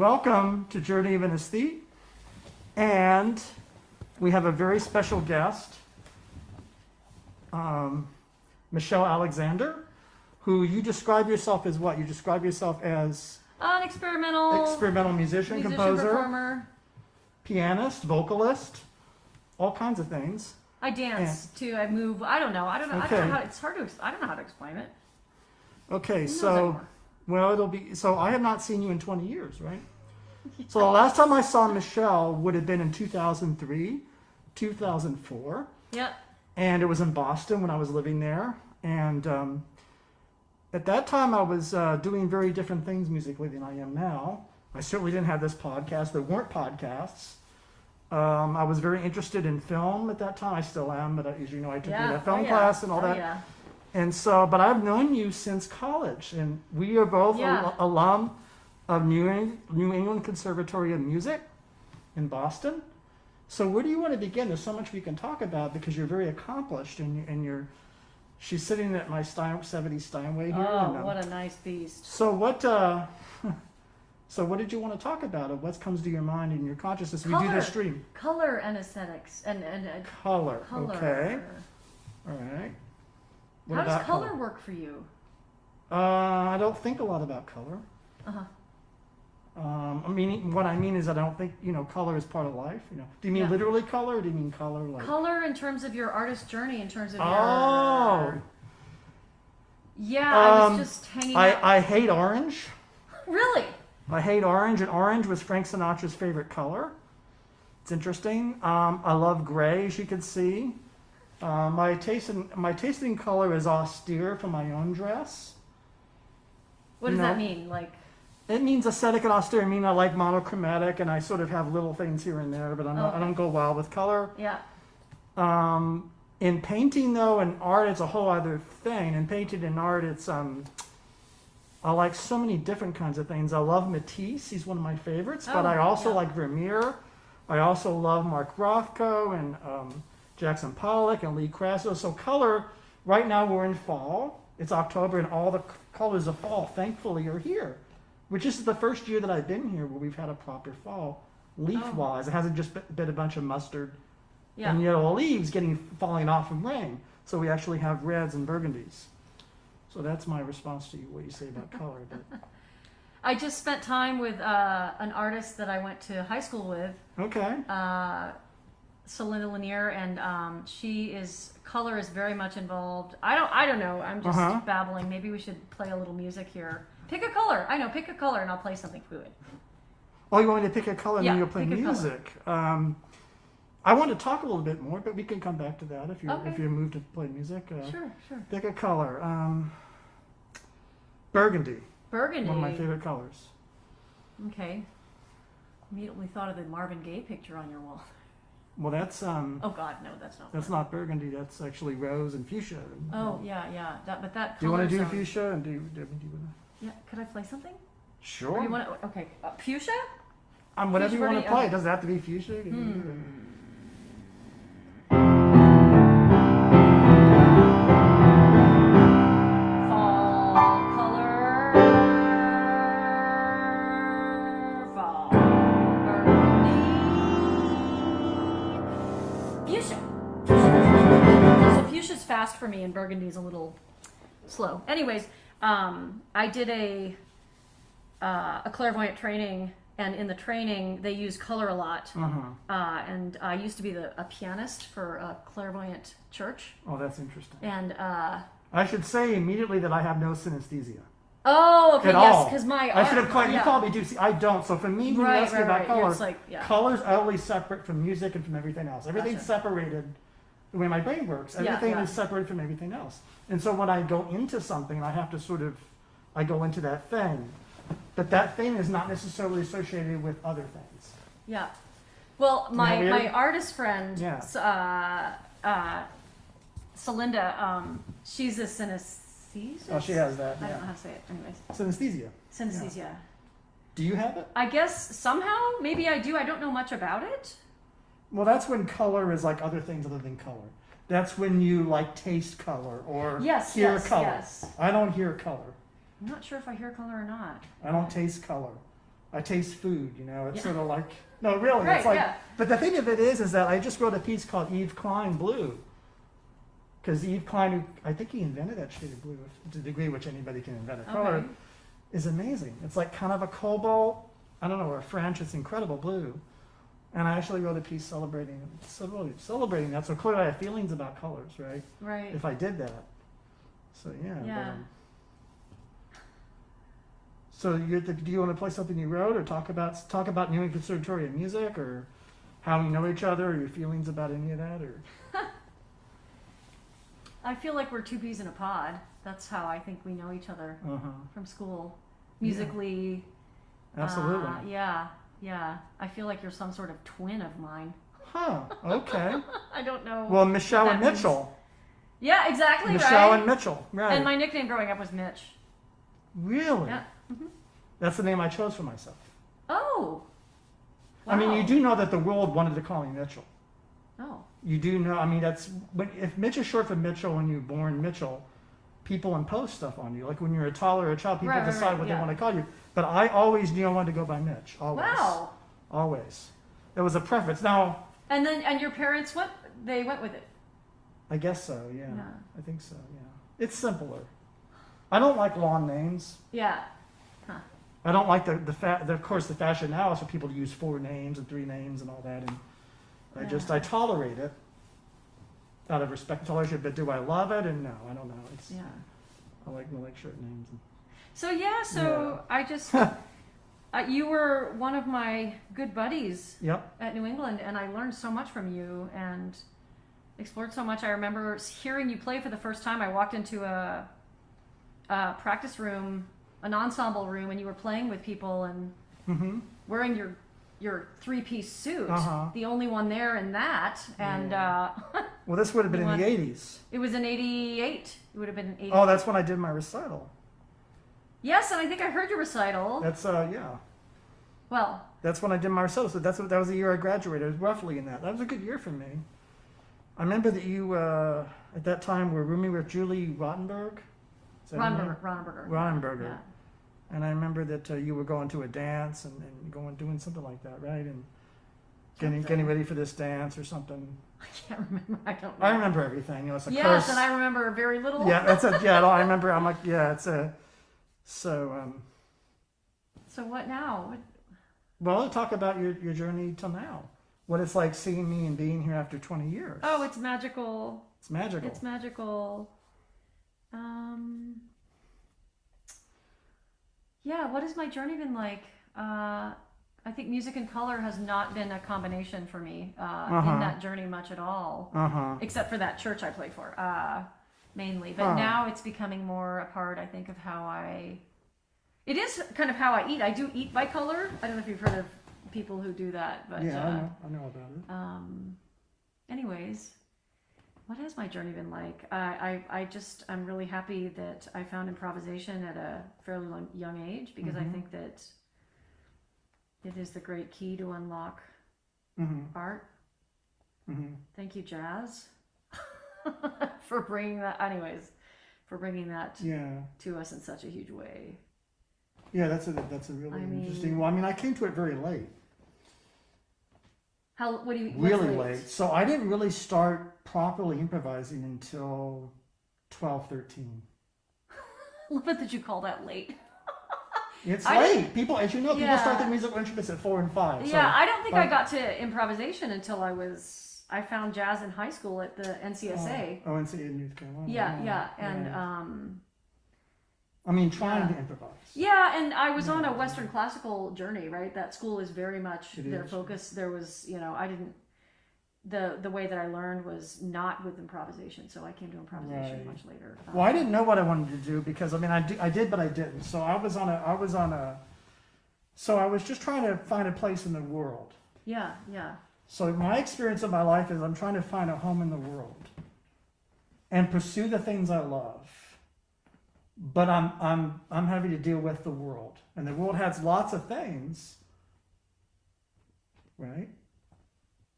welcome to Journey of an Aesthete. And we have a very special guest, um, Michelle Alexander, who you describe yourself as what? You describe yourself as An experimental experimental musician, Oh, musician composer, performer. pianist, vocalist, all kinds of things. I dance too. I move. I don't know. I don't know. I don't Okay. know how. It's hard to. ex- I don't know how to explain it. Okay, Who knows so anymore? well, it'll be so. I have not seen you in 20 years, right? So the last time I saw Michelle would have been in 2003, 2004, Yep. and it was in Boston when I was living there. And um, at that time, I was uh, doing very different things musically than I am now. I certainly didn't have this podcast. There weren't podcasts. Um, I was very interested in film at that time. I still am, but I, as you know, I took Yeah. a film Oh, yeah. class and all Oh, that. Yeah. And so, but I've known you since college, and we are both Yeah. al- alum of New, Eng- New England Conservatory of Music in Boston. So, where do you want to begin? There's so much we can talk about because you're very accomplished, and, you- and you're. She's sitting at my Stein, 70 Steinway here. and, Oh, um, what a nice beast. so what? Uh, so what did you want to talk about? Of what comes to your mind and your consciousness? We do Color. this stream. Color and aesthetics and and uh, Color. color. Okay. All right. What how does about color, work for you? Uh, I don't think a lot about color. Uh huh. Um, I mean, what I mean is that I don't think you know color is part of life. You know, do you mean Yeah. literally color, or do you mean color like? Color in terms of your artist journey, in terms of oh, your. Yeah, I Um, was just hanging out. I, I hate orange. really? I hate orange, and orange was Frank Sinatra's favorite color. It's interesting. Um, I love gray, as you can see. Uh, my taste in my tasting color is austere for my own dress. What does No. that mean? Like, It means aesthetic and austere. I mean, I like monochromatic, and I sort of have little things here and there, but I'm not, I Okay. don't go wild with color. yeah. Um, in painting, though, and art, it's a whole other thing. In painting and art, it's um, I like so many different kinds of things. I love Matisse; he's one of my favorites. but Oh, I also yeah. like Vermeer. I also love Mark Rothko and um, Jackson Pollock and Lee Crasso. So color. Right now, we're in fall. It's October, and all the c- colors of fall, thankfully, are here. Which is the first year that I've been here where we've had a proper fall, Oh. leaf-wise. It hasn't just be- been a bunch of mustard Yeah. and yellow leaves getting falling off from rain. So we actually have reds and burgundies. So that's my response to you, what you say about color. But, I just spent time with uh, an artist that I went to high school with, okay. uh, Selena Lanier, and um, she is color is very much involved. I don't, I don't know. I'm just Uh-huh. babbling. Maybe we should play a little music here. Pick a color. I know. Pick a color, and I'll play something fluid. Oh, you want me to pick a color and then Yeah, you'll play pick a color. music. Um, I want to talk a little bit more, but we can come back to that if you're if Okay. you're moved to play music. Uh, Sure, sure. Pick a color. Um, burgundy, Burgundy. one of my favorite colors. Okay. Immediately thought of the Marvin Gaye picture on your wall. Well, that's um, Oh God, no, that's not. that's not burgundy. That's actually rose and fuchsia. Oh yeah, yeah. That, but that. do you want to do color zone- fuchsia and do do, do you want to? Yeah. Could I play something? Sure. Or you want to? Okay. Uh, fuchsia. Um, whatever you Fuchsia want to Burgundy, play. okay. It doesn't have to be fuchsia. It can be Hmm. either. Fall color. Fall. burgundy, Fuchsia. So fuchsia's fast for me, and burgundy's a little slow. Anyways, um, I did a uh, a clairvoyant training, and in the training they use color a lot. Uh-huh. Uh, and I used to be the, a pianist for a clairvoyant church, Oh, that's interesting. and uh, I should say immediately that I have no synesthesia Oh, okay, at yes, all. because my I should have called clarified. You probably do. See, I don't. So for me, when Right, you ask me right, about right. You're colors, just like, yeah. colors are always separate from music and from everything else. Everything's Gotcha. separated. The way my brain works, Yeah, everything yeah. is separate from everything else. And so when I go into something, I have to sort of, I go into that thing, but that thing is not necessarily associated with other things. Yeah. Well, my Isn't that my weird? artist friend, Yeah. s- uh, uh, Celinda, um, she's a synesthesia. Oh, she has that. I don't know Yeah. how to say it. Anyways, Synesthesia. synesthesia. Do you have it? I guess somehow, maybe I do. I don't know much about it. Well, that's when color is like other things other than color. That's when you like taste color or Yes, hear yes, color. yes. I don't hear color. I'm not sure if I hear color or not. I don't taste color. I taste food, you know. It's Yeah. sort of like no, really. Right, it's Oh, like yeah. but the thing of it is is that I just wrote a piece called Eve Klein Blue. Because Eve Klein, who, I think he invented that shade of blue to the degree which anybody can invent a color, Okay. is amazing. It's like kind of a cobalt, I don't know, or a French, it's incredible blue. And I actually wrote a piece celebrating celebrating- celebrating that. So clearly I have feelings about colors, right? Right. If I did that. So yeah. but, Yeah. um, so you do you want to play something you wrote or talk about talk about New England Conservatory of Music or how you know each other or your feelings about any of that or I feel like we're two peas in a pod. That's how I think we know each other uh-huh. from school, Yeah. musically. Absolutely. uh, yeah. Yeah. I feel like you're some sort of twin of mine. Huh. Okay. I don't know. Well, Michelle and That means- Mitchell. yeah, exactly Michelle right. and Mitchell. Right. And my nickname growing up was Mitch. really? Yeah. Mhm. That's the name I chose for myself. Oh. I mean, you Wow. do know that the world wanted to call me Mitchell. Oh. You do know. I mean, that's when if Mitch is short for Mitchell when you're born Mitchell, people impose stuff on you. Like when you're a toddler or a child, people Right, right, decide right, what yeah. they want to call you. But I always knew I wanted to go by Mitch. Always. Wow. Always. It was a preference. Now, And then and your parents went they went with it. I guess so. Yeah. Yeah. I think so. Yeah. It's simpler. I don't like long names. Yeah. I don't like the the, fa- the of course the fashion now is for people to use four names and three names and all that, and I just I tolerate it out of respect and toleration. But do I love it? And no, I don't know. It's Yeah. I like I like short names. And, So yeah, so I just uh, you were one of my good buddies yep. at New England and I learned so much from you and explored so much. I remember hearing you play for the first time. I walked into a, a practice room, an ensemble room and you were playing with people and Mm-hmm. wearing your your three-piece suit, Uh-huh. the only one there in that and Yeah. uh Well, this would have been You in the '80s. It was in 88. It would have been in 88. Oh, that's when I did my recital. yes, and I think I heard your recital. That's uh yeah. Well, That's when I did my recital. So that's what that was the year I graduated. It was roughly in that. That was a good year for me. I remember that you uh, at that time were rooming with Julie Rottenberg. Is that her name? Ronberger. Ronberger. Ronenberger. Yeah. And I remember that uh, you were going to a dance and, and going doing something like that, right? And getting Something. getting ready for this dance or something. I can't remember. I don't know. I remember everything. You know, it's a yes, curse. and I remember very little. yeah, that's a yeah. no, I remember. I'm like, yeah, it's a. So, um, So what now? What- well, talk about your your journey till now. What it's like seeing me and being here after 20 years. Oh, it's magical. it's magical. It's magical. Um, yeah, what has my journey been like? Uh, I think music and color has not been a combination for me uh, Uh-huh. in that journey much at all. uh huh. except for that church I played for, uh, mainly. But Huh. now it's becoming more a part, I think, of how I. It is kind of how I eat. I do eat by color. I don't know if you've heard of people who do that, but Yeah, I uh, know. I know about it. um, anyways, what has my journey been like? I, I, I just, I'm really happy that I found improvisation at a fairly long, young age because I Mhm. think that it is the great key to unlock Mm-hmm. art. Mm-hmm. Thank you, Jazz, for bringing that. Anyways, for bringing that Yeah. to us in such a huge way. Yeah, that's a that's a really I interesting. mean- Well, I mean, I came to it very late. How? What do you? what's really late. So I didn't really start properly improvising until 12, 13. Love it that you call that late. It's I late. People, as you know, people start Yeah. their musical instruments at four and five. So, yeah, I don't think I but- got to improvisation until I was. I found jazz in high school at the NCSA. Oh, and see in North Carolina. yeah, yeah, and yeah. um, I mean, trying yeah. to improvise. yeah, and I was on a Yeah. Western classical journey. Right, that school is very much It their is. focus. There was, you know, I didn't. The, the way that I learned was not with improvisation, so I came to improvisation Right. much later. Well, I Um, didn't know what I wanted to do because I mean, I, do, I did, but I didn't. So I was on a, I was on a, so I was just trying to find a place in the world. Yeah, yeah. So my experience of my life is I'm trying to find a home in the world and pursue the things I love. But I'm I'm I'm having to deal with the world. And the world has lots of things, right?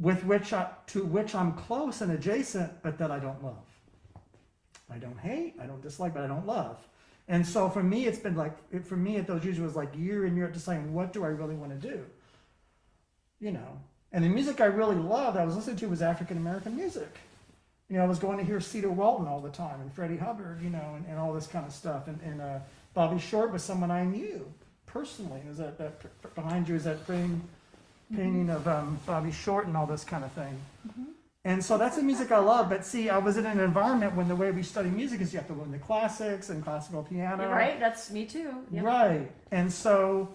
With which I to which I'm close and adjacent, but that I don't love. I don't hate, I don't dislike, but I don't love. And so for me, it's been like it- for me at those years it was like year in year out deciding what do I really want to do. You know, and the music I really loved, I was listening to was African American music. You know, I was going to hear Cedar Walton all the time and Freddie Hubbard, you know, and, and all this kind of stuff. And, and uh, Bobby Short was someone I knew personally. Is that, that p- p- behind you? Is that frame painting of um, Bobby Short and all this kind of thing? And so that's the music I love. But see, I was in an environment when the way we study music is you have to learn the classics and classical piano. Right? That's me too. Yep. Right. And so,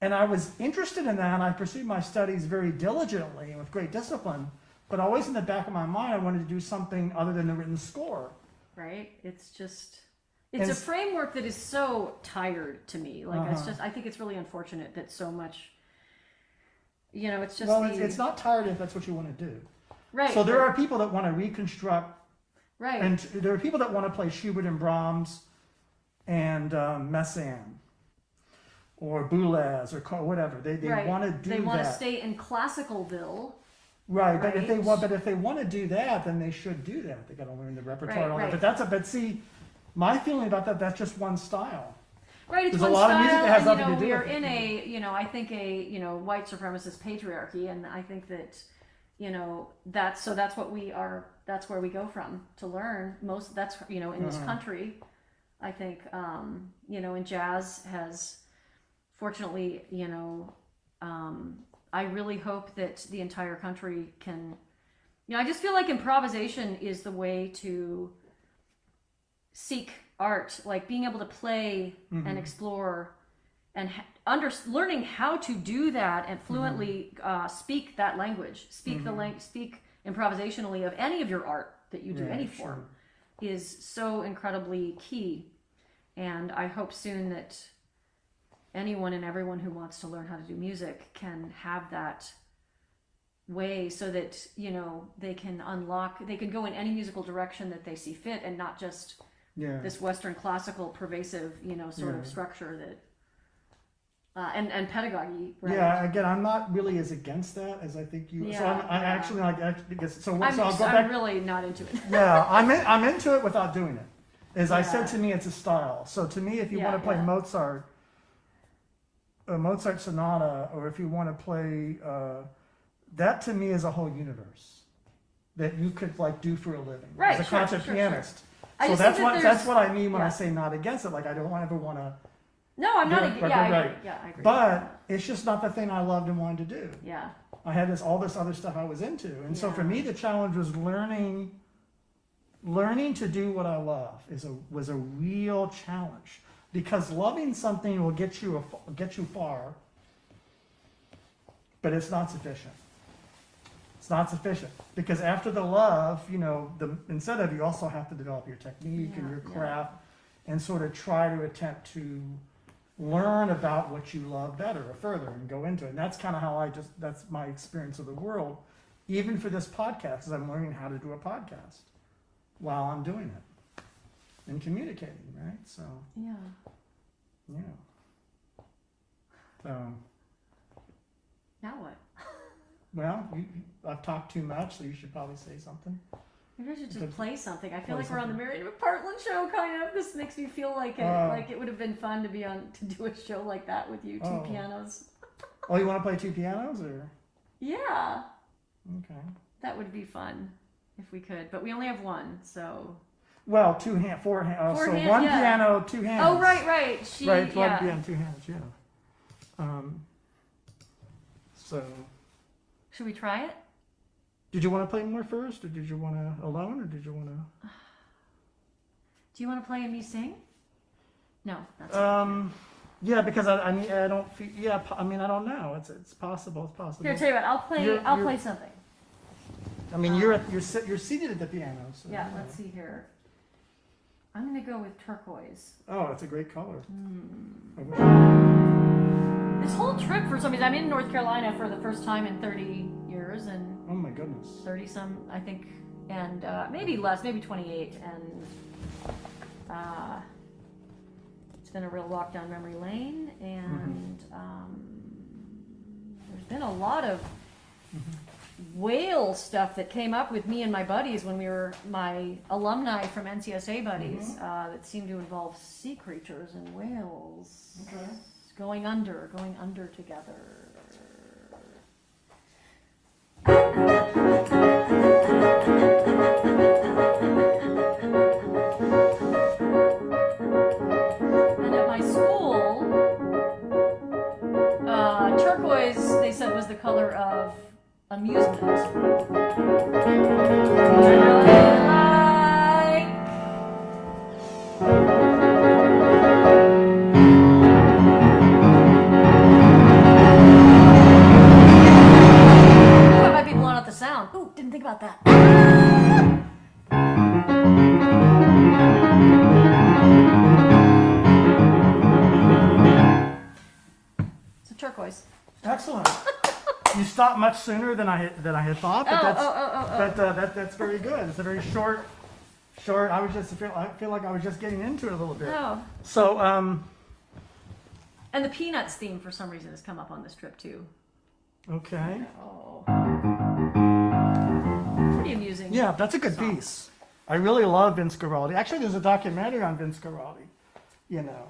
and I was interested in that, and I pursued my studies very diligently and with great discipline. But always in the back of my mind, I wanted to do something other than the written score. right? It's just And it's a s- framework that is so tired to me. Like it's Uh-huh. just I think it's really unfortunate that so much you know, it's just well, the, it's, it's not tired if that's what you want to do. right. So there are people that want to reconstruct, right. and t- there are people that want to play Schubert and Brahms and um, Messan or Boulez or Car- whatever. They, they right. want to do They want that. to stay in classicalville. Right, but if they Right. want, but if they want to do that, then they should do that. They got to learn the repertoire. and all Right, that. But that's a but see, my feeling about that that's just one style. Right, it's There's a one lot of style, music that has and, you nothing know, to do we are with it. in a, you know, I think a, you know, white supremacist patriarchy, and I think that, you know, that's so that's what we are. That's where we go from to learn most. That's you know, in Mm-hmm. this country, I think, um, you know, and jazz has, fortunately, you know, um, I really hope that the entire country can, you know, I just feel like improvisation is the way to seek art, like being able to play and Mm-hmm. explore and ha- under learning how to do that and fluently Mm-hmm. uh, speak that language, speak the lang- speak improvisationally of any of your art that you do, Yeah, any sure. form, is so incredibly key. And I hope soon that anyone and everyone who wants to learn how to do music can have that way so that you know they can unlock they can go in any musical direction that they see fit and not just Yeah, this western classical pervasive you know sort Yeah. of structure that uh, and and pedagogy right yeah. Again, I'm not really as against that as I think you. so Yeah, I'm, I'm yeah. actually like act- because so, i'm, so I'll just- go I'm back. really not into it yeah, I'm in, I'm into it without doing it. As I said Yeah. to me, it's a style. So to me, if you Yeah, want to play yeah. Mozart, a Mozart sonata, or if you want to play uh, that, to me is a whole universe that you could like do for a living Right, as a sure, concert sure, sure. pianist. I So just that's think what that that's there's- what I mean when I yeah. say not against it. Like I don't ever want to, no i'm not Yeah, ag- right, yeah, right, I agree. right. yeah i agree but it's just not the thing I loved and wanted to do. yeah I had this all this other stuff I was into, and so for Yeah. me the challenge was learning. Learning to do what I love is a was a real challenge because loving something will get you a, get you far, but it's not sufficient. It's not sufficient because after the love, you know, the instead of you also have to develop your technique and Yeah, your yeah. craft, and sort of try to attempt to learn about what you love better or further and go into it. And that's kind of how I just that's my experience of the world, even for this podcast, is I'm learning how to do a podcast while I'm doing it and communicating, right? So yeah yeah. So now what well, you, I've talked too much, so you should probably say something. Maybe I should The- just play something. I play feel like we're on the something. Marion Portland show, kind of. This makes me feel like it, Uh, like it would have been fun to be on to do a show like that with you, two Oh. pianos. Oh, you want to play two pianos or Yeah, okay? that would be fun if we could. But we only have one, so. Well, two hand, four hand. Oh, Four so hand- one yeah. piano, two hands. Oh right, right. She right, it's one yeah. piano, two hands. Yeah. Um. So, Should we try it? did you want to play more first, or did you want to alone, or did you want to? Do you want to play and me sing? No, that's Um. Yeah, because I, I mean I don't feel, yeah po- I mean I don't know it's it's possible it's possible. here. Tell you what, I'll play. You're- I'll you're- play something. I mean you're at, you're sit, you're seated at the piano. So, Yeah, let's see here. I'm gonna go with turquoise. Oh, it's a great color. Hmm. This whole trip for some reason, I'm in North Carolina for the first time in 30 years and Oh my goodness. 30 some, I think, and uh, maybe less, maybe 28. And uh, it's been a real walk down memory lane. And um, there's been a lot of whale stuff that came up with me and my buddies when we were my alumni from NCSA buddies uh, that seemed to involve sea creatures and whales Okay. going under, going under together. And at my school, uh, turquoise they said was the color of amusement. I like I might be blowing out the sound. Ooh, didn't think about that. It's a turquoise. Excellent. you stopped much sooner than I had, than I had thought, but Oh, that's oh, oh, oh, oh. But, uh, that, that's very good. It's a very short, short. I was just feel I feel like I was just getting into it a little bit. Oh. So um, And the Peanuts theme for some reason has come up on this trip too. okay, Oh. Pretty amusing. yeah, that's a good piece. I really love Vince Guaraldi. Actually, there's a documentary on Vince Guaraldi. You know.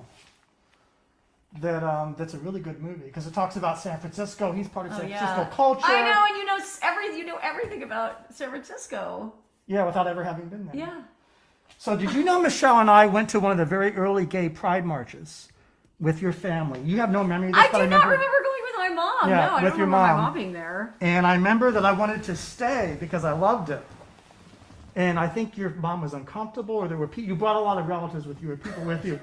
That um, that's a really good movie because it talks about San Francisco. He's part of Oh, San yeah. Francisco culture. I know, and you know s- every you know everything about San Francisco. Yeah, without ever having been there. Yeah. So did you know Michelle and I went to one of the very early gay pride marches with your family? You have no memory of this, I but do not remember going with my mom. Yeah, no, I with don't your remember my mom. mom being there. And I remember that I wanted to stay because I loved it. And I think your mom was uncomfortable, or there were people. You brought a lot of relatives with you, or people with you,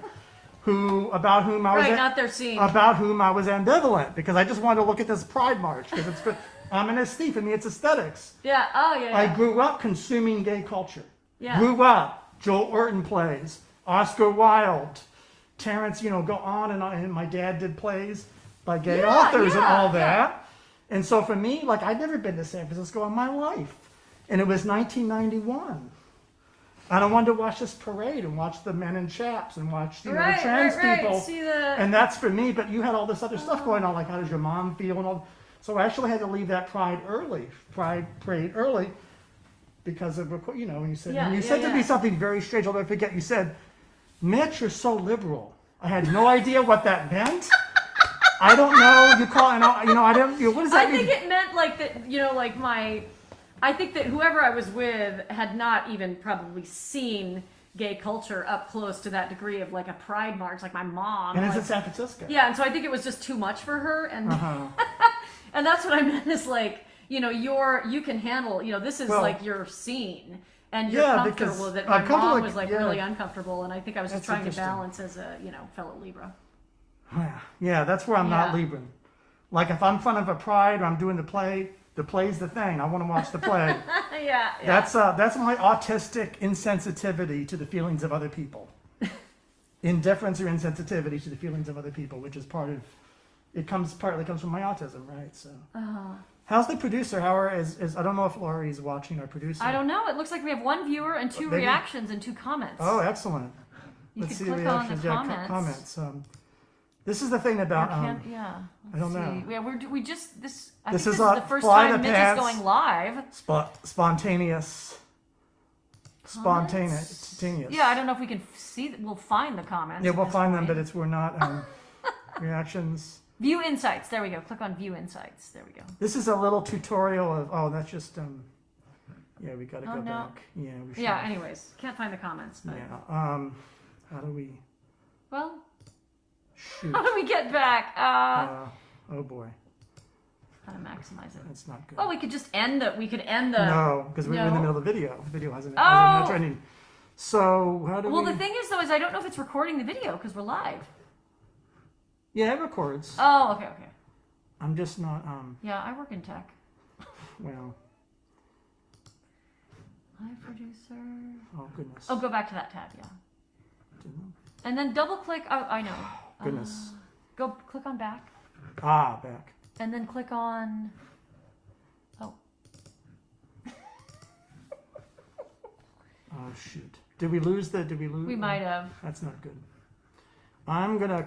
who about whom I was Right, am- not their scene. about whom I was ambivalent because I just wanted to look at this pride march because it's I'm an aesthete. I mean, it's aesthetics. Yeah. Oh, yeah. I yeah. grew up consuming gay culture. Yeah. Grew up. Joel Orton plays. Oscar Wilde. Terrence, you know, go on and on. And my dad did plays by gay Yeah, authors and yeah, all that. And so for me, like, I'd never been to San Francisco in my life. And it was 1991. And I wanted to watch this parade and watch the men in chaps and watch, you know, right, the trans right, right. people See the Uh-huh. and that's for me. But you had all this other stuff going on, like how does your mom feel and all. So I actually had to leave that pride early, pride parade early, because of requ- you know when you said Yeah, and you yeah, said to me yeah. something very strange. I'll never forget. You said, "Mitch, you're so liberal." I had no idea what that meant. I don't know. You call it, you know. I don't. You know, what does that I mean? think it meant like that, you know, like my. I think that whoever I was with had not even probably seen gay culture up close to that degree of like a pride march, like my mom. and it's like- in San Francisco. yeah, and so I think it was just too much for her, and Uh-huh. and that's what I meant is like you know your you can handle you know this is Well- like your scene and you're Yeah, because comfortable that I'm my comfortable, mom like, was like yeah. really uncomfortable, and I think I was just That's trying to interesting. balance as a you know fellow Libra. Oh, Yeah, yeah, that's where I'm not Yeah. leaving. Like if I'm in front of a pride or I'm doing the play, the play's the thing. I want to watch the play. yeah, yeah. That's uh, that's my autistic insensitivity to the feelings of other people. Indifference or insensitivity to the feelings of other people, which is part of it comes partly comes from my autism, right? So Uh, how's the producer? How are is, is I don't know if Laurie's watching our producer. I don't know. It looks like we have one viewer and two Maybe- reactions and two comments. Oh, excellent. You Let's can see the click on the reactions. yeah, co- comments. comments. Um, this is the thing Or about can't- um, yeah. I don't Let's see. know. Yeah, we're, do- we just this. I This think is this on is the first Fly the time Mitch Pants. is going live. spot, spontaneous, spontaneous. Comments? spontaneous. Yeah, I don't know if we can f- see. th- We'll find the comments. Yeah, at we'll this find them, point. but it's we're not um, reactions. view insights. There we go. Click on view insights. There we go. This is a little tutorial of, oh, that's just, um, yeah, we gotta Oh, go no. back. Yeah, we should. Yeah. Anyways, can't find the comments. But Yeah, um, how do we, well, shoot, how do we get back? Uh, uh, oh boy, how to maximize it? that's not good. Well, we could just end the. We could end the. No, because we were in the Oh, uh, No. middle of the video. The Video hasn't, Oh! hasn't been trending. So, how do Well, the we, thing is though is I don't know if it's recording the video because we're live. yeah, it records. Oh, okay, okay. I'm just not, um, Yeah, I work in tech. well, Live producer. oh goodness. Oh, go back to that tab. Yeah. Didn't- And then double click. Oh, I know. Goodness. Go click on back, Ah, back. and then click on. Oh, Oh shoot. Did we lose the, did we lose? we might have. Oh, That's not good. I'm gonna